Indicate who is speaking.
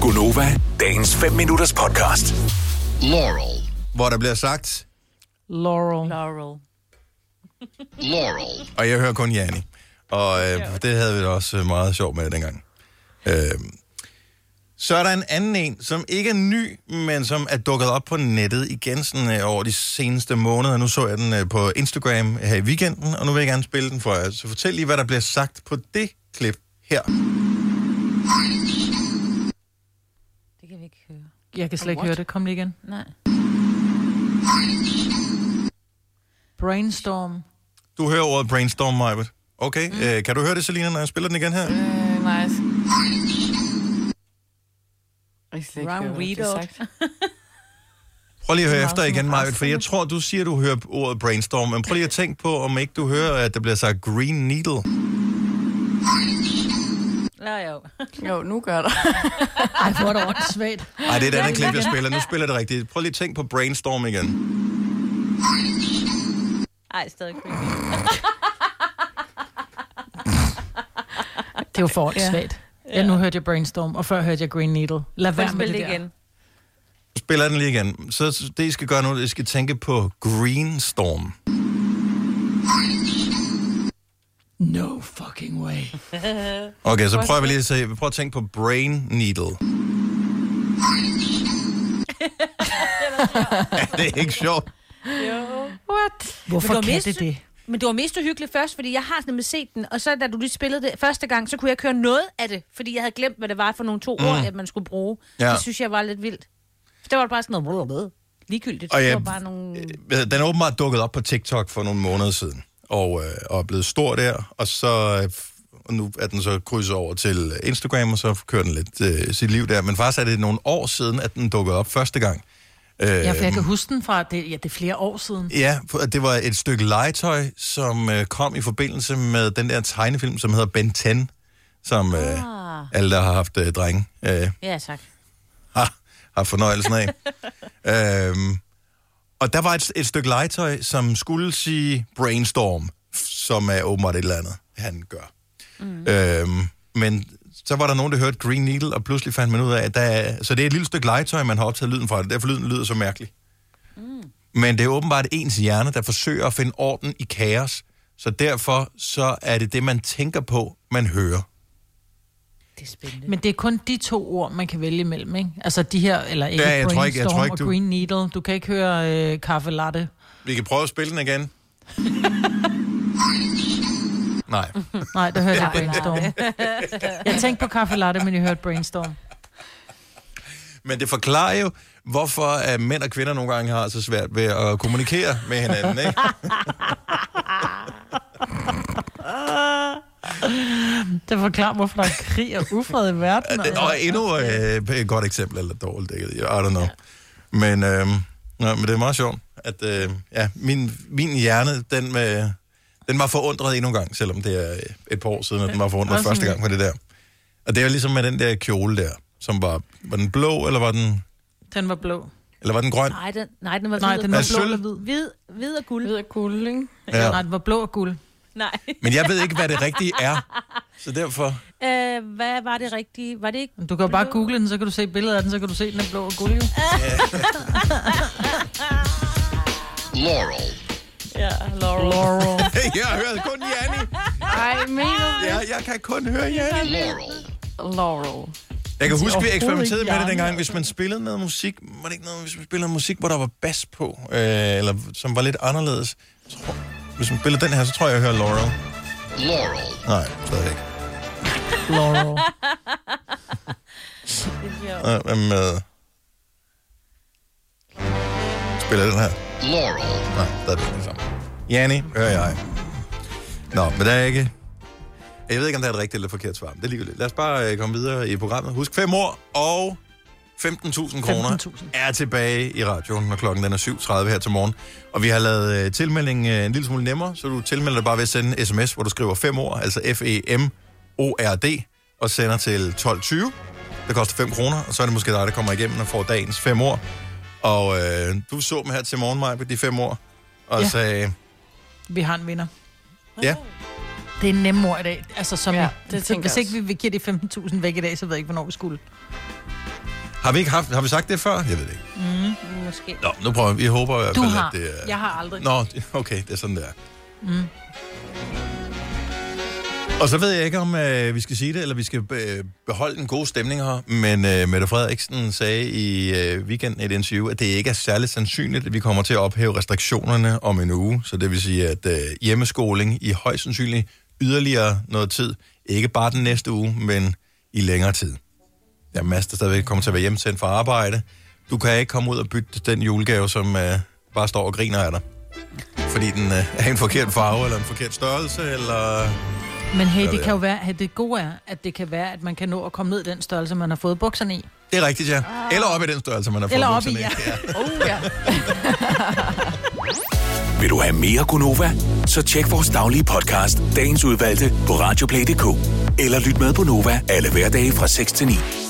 Speaker 1: Gunova, dagens 5 minutters podcast.
Speaker 2: Laurel.
Speaker 3: hvor der bliver sagt,
Speaker 4: Laurel.
Speaker 5: Laurel.
Speaker 2: Laurel.
Speaker 3: og jeg hører kun Janni. Og øh, det havde vi da også øh, meget sjovt med dengang. Øh, så er der en anden en, som ikke er ny, men som er dukket op på nettet igen sådan, øh, over de seneste måneder. Nu så jeg den øh, på Instagram her i weekenden, og nu vil jeg gerne spille den for jer. Så fortæl lige, hvad der bliver sagt på det klip her.
Speaker 5: Det kan vi ikke høre.
Speaker 4: Jeg kan slet ikke
Speaker 5: What?
Speaker 4: høre det. Kom lige igen.
Speaker 5: Nej.
Speaker 4: Brainstorm.
Speaker 3: Du hører ordet brainstorm, Majbet. Okay, mm. øh, kan du høre det, Selina, når jeg spiller den igen her?
Speaker 6: Øh, nej. jeg skal- Jeg skal ikke
Speaker 4: Ram
Speaker 6: høre, hvad der bliver
Speaker 4: Readout.
Speaker 6: sagt.
Speaker 3: Prøv lige at høre
Speaker 4: meget
Speaker 3: efter
Speaker 4: som
Speaker 3: igen,
Speaker 4: en
Speaker 3: Maja,
Speaker 4: resten.
Speaker 3: for jeg tror, du siger, du hører ordet brainstorm, men prøv lige at tænke på, om ikke du hører, at der bliver sagt green needle.
Speaker 5: Ja, jo.
Speaker 6: Jo, nu gør der.
Speaker 4: Ej, hvor er det ordentligt svagt.
Speaker 3: Nej, det er et andet klip, jeg spiller. Nu spiller det rigtigt. Prøv lige at tænke på brainstorm igen.
Speaker 5: Ej, stadig creepy.
Speaker 4: Det er jo for ordentligt svagt. Ja, nu hørte jeg Brainstorm, og før hørte jeg Green Needle. Lad være med det,
Speaker 5: Spil det
Speaker 4: der.
Speaker 5: igen.
Speaker 3: Nu spiller jeg den lige igen. Så det, I skal gøre nu, det er, I skal tænke på green storm.
Speaker 4: No fucking way.
Speaker 3: Okay, så prøver vi lige at se. Prøv at tænke på brain needle. ja, det er ikke sjovt.
Speaker 4: Hvorfor
Speaker 5: var
Speaker 4: kan
Speaker 5: mest-
Speaker 4: det det?
Speaker 5: Men det var mest uhyggeligt først, fordi jeg har nemlig set den, og så da du lige spillede det første gang, så kunne jeg køre noget af det, fordi jeg havde glemt, hvad det var for nogle to mm. ord, at man skulle bruge.
Speaker 3: Ja.
Speaker 5: Ja. Det synes jeg var lidt vildt. For det var bare sådan noget blablabla. ligegyldigt.
Speaker 3: Og
Speaker 5: det
Speaker 3: jeg-
Speaker 5: var bare nogle...
Speaker 3: Øh, Den er åbenbart dukket op på TikTok for nogle måneder siden, og, øh, og er blevet stor der, og så øh, f- og nu er den så krydset over til Instagram, og så kører den lidt øh, sit liv der. Men faktisk er det nogle år siden, at den dukkede op første gang. Øh,
Speaker 4: Ja, for jeg kan huske den fra, det, ja, det er flere år siden.
Speaker 3: Ja, for- og det var et stykke legetøj, som øh, kom i forbindelse med den der tegnefilm, som hedder Ben 10, som øh,
Speaker 5: Ah.
Speaker 3: alle, der har haft øh, drenge, øh,
Speaker 5: Ja, tak.
Speaker 3: har haft fornøjelsen af. øhm, og der var et, et stykke legetøj, som skulle sige brainstorm, f- som er åbenbart et eller andet, han gør. Mm. Øhm, men så var der nogen, der hørte Green Needle, og pludselig fandt man ud af, at der er, så det er et lille stykke legetøj, man har optaget lyden fra, og derfor lyden lyder så mærkelig. Mm. Men det er åbenbart ens hjerne, der forsøger at finde orden i kaos, så derfor så er det det, man tænker på, man hører.
Speaker 5: Det er spændende.
Speaker 4: Men det er kun de to ord, man kan vælge imellem, ikke? Altså de her, eller ikke,
Speaker 3: Ja, jeg
Speaker 4: Brainstorm
Speaker 3: tror ikke- jeg tror ikke,
Speaker 4: og
Speaker 3: du-
Speaker 4: Green Needle. Du kan ikke høre øh, kaffe latte.
Speaker 3: Vi kan prøve at spille den igen. Nej.
Speaker 4: Nej, der hørte jeg Brainstorm. jeg tænkte på kaffe latte, men jeg hørte Brainstorm.
Speaker 3: Men det forklarer jo, hvorfor at mænd og kvinder nogle gange har så svært ved at kommunikere med hinanden, ikke?
Speaker 4: Det forklarer, hvorfor der er krig og ufred i verden. altså.
Speaker 3: Det- Og endnu øh, et godt eksempel, eller dårligt, ikke? I don't know. Men, øh, nej, men det er meget sjovt, at øh, ja, min, min hjerne, den, øh, den var forundret endnu en gang, selvom det er et par år siden, at den var forundret
Speaker 4: Også
Speaker 3: første
Speaker 4: min.
Speaker 3: gang på det der. Og det er jo ligesom med den der kjole der, som var, var den blå, eller var den,
Speaker 4: Den var blå.
Speaker 3: eller var den grøn?
Speaker 5: Nej, den, nej, den var
Speaker 4: Nej,
Speaker 5: hvid
Speaker 4: den var
Speaker 5: og
Speaker 3: Af
Speaker 4: blå
Speaker 3: sølv?
Speaker 4: eller hvid.
Speaker 5: guld. Hvid, hvid og guld.
Speaker 6: Ved at guld, ikke?
Speaker 4: Ja.
Speaker 3: Ja.
Speaker 4: Nej, den var blå og guld.
Speaker 5: Nej.
Speaker 3: Men jeg ved ikke, hvad det rigtige er, så derfor...
Speaker 5: Øh, hvad var det rigtige? Var det ikke?
Speaker 4: Du kan jo bare google den, så kan du se billedet af den, så kan du se, den er blå og guld. Jo.
Speaker 2: Laurel.
Speaker 5: Ja, Laurel.
Speaker 4: Laurel.
Speaker 3: Jeg hører kun Janni.
Speaker 6: Ej, mener du
Speaker 3: Ja, jeg kan kun høre Janni.
Speaker 2: Laurel.
Speaker 6: Laurel?
Speaker 3: Jeg kan huske, vi
Speaker 4: overhovedet
Speaker 3: eksperimenterede
Speaker 4: ikke
Speaker 3: med det
Speaker 4: Janni.
Speaker 3: dengang, hvis man spillede noget musik, var det ikke noget, hvis man spillede noget musik, hvor der var bas på, øh, eller som var lidt anderledes. Jeg Tror, hvis man spillede den her, så tror jeg, jeg hører Laurel.
Speaker 2: Laurel.
Speaker 3: Nej, stadigvæk.
Speaker 4: Laurel.
Speaker 3: Øh, Hvad med... Spiller den her?
Speaker 2: Laurel.
Speaker 3: Nej, stadigvæk den samme. Janni, hører jeg. Nå, men der er ikke... Jeg ved ikke, om der er et rigtigt eller forkert svar, men det er ligegyldigt. Lad os bare øh, komme videre i programmet. Husk fem ord og 15.000 kroner
Speaker 4: 15.000.
Speaker 3: er tilbage i radioen, når klokken den er 7.30 her til morgen. Og vi har lavet øh, tilmelding øh, en lille smule nemmere, så du tilmelder dig bare ved at sende en sms, hvor du skriver fem ord, altså F-E-M-O-R-D, og sender til 12.20. Det koster 5 kroner, og så er det måske dig, der kommer igennem og får dagens fem ord. Og øh, du så dem her til morgen, Maja, de fem ord, og ja.
Speaker 4: Ja.
Speaker 3: sagde,
Speaker 4: Vi har en vinder.
Speaker 3: ja,
Speaker 4: Det er nemme ord i dag. Altså, som
Speaker 6: Ja,
Speaker 4: ja,
Speaker 6: det tænker
Speaker 4: Hvis
Speaker 6: jeg
Speaker 4: ikke vi, vi giver de 15.000 væk i dag, så ved jeg ikke, hvornår vi skulle.
Speaker 3: Har vi ikke haft, har vi sagt det før? Jeg ved det ikke.
Speaker 5: Måske.
Speaker 3: Nå, nu prøver vi. Vi håber i hvert
Speaker 4: Du
Speaker 3: fald,
Speaker 4: har.
Speaker 3: at det er...
Speaker 4: Jeg har aldrig.
Speaker 3: Nå, det- okay, det er sådan, det er. Mm. Og så ved jeg ikke, om øh, vi skal sige det, eller vi skal øh, beholde en god stemning her, men øh, Mette Frederiksen sagde i øh, weekenden i et interview, at det ikke er særlig sandsynligt, at vi kommer til at ophæve restriktionerne om en uge. Så det vil sige, at øh, hjemmeskoling i højst sandsynligt yderligere noget tid. Ikke bare den næste uge, men i længere tid. Der er masser, der stadigvæk kommer til at være hjemsendt fra arbejde. Du kan ikke komme ud og bytte den julegave, som øh, bare står og griner af dig fordi den øh, er en forkert farve, eller en forkert størrelse, eller...
Speaker 4: Men hey,
Speaker 3: ved
Speaker 4: det kan jo være, at det gode er, at det kan være, at man kan nå at komme ned i den størrelse, man har fået bukserne i.
Speaker 3: Det er rigtigt, ja. Eller op i den størrelse, man har fået.
Speaker 4: Ah. Eller op i,
Speaker 3: bukserne
Speaker 4: ja.
Speaker 6: Oh, ja.
Speaker 1: Vil du have mere Gunova? Så tjek vores daglige podcast, dagens udvalgte, på radioplay.dk. Eller lyt med på Nova alle hverdage fra 6 til 9.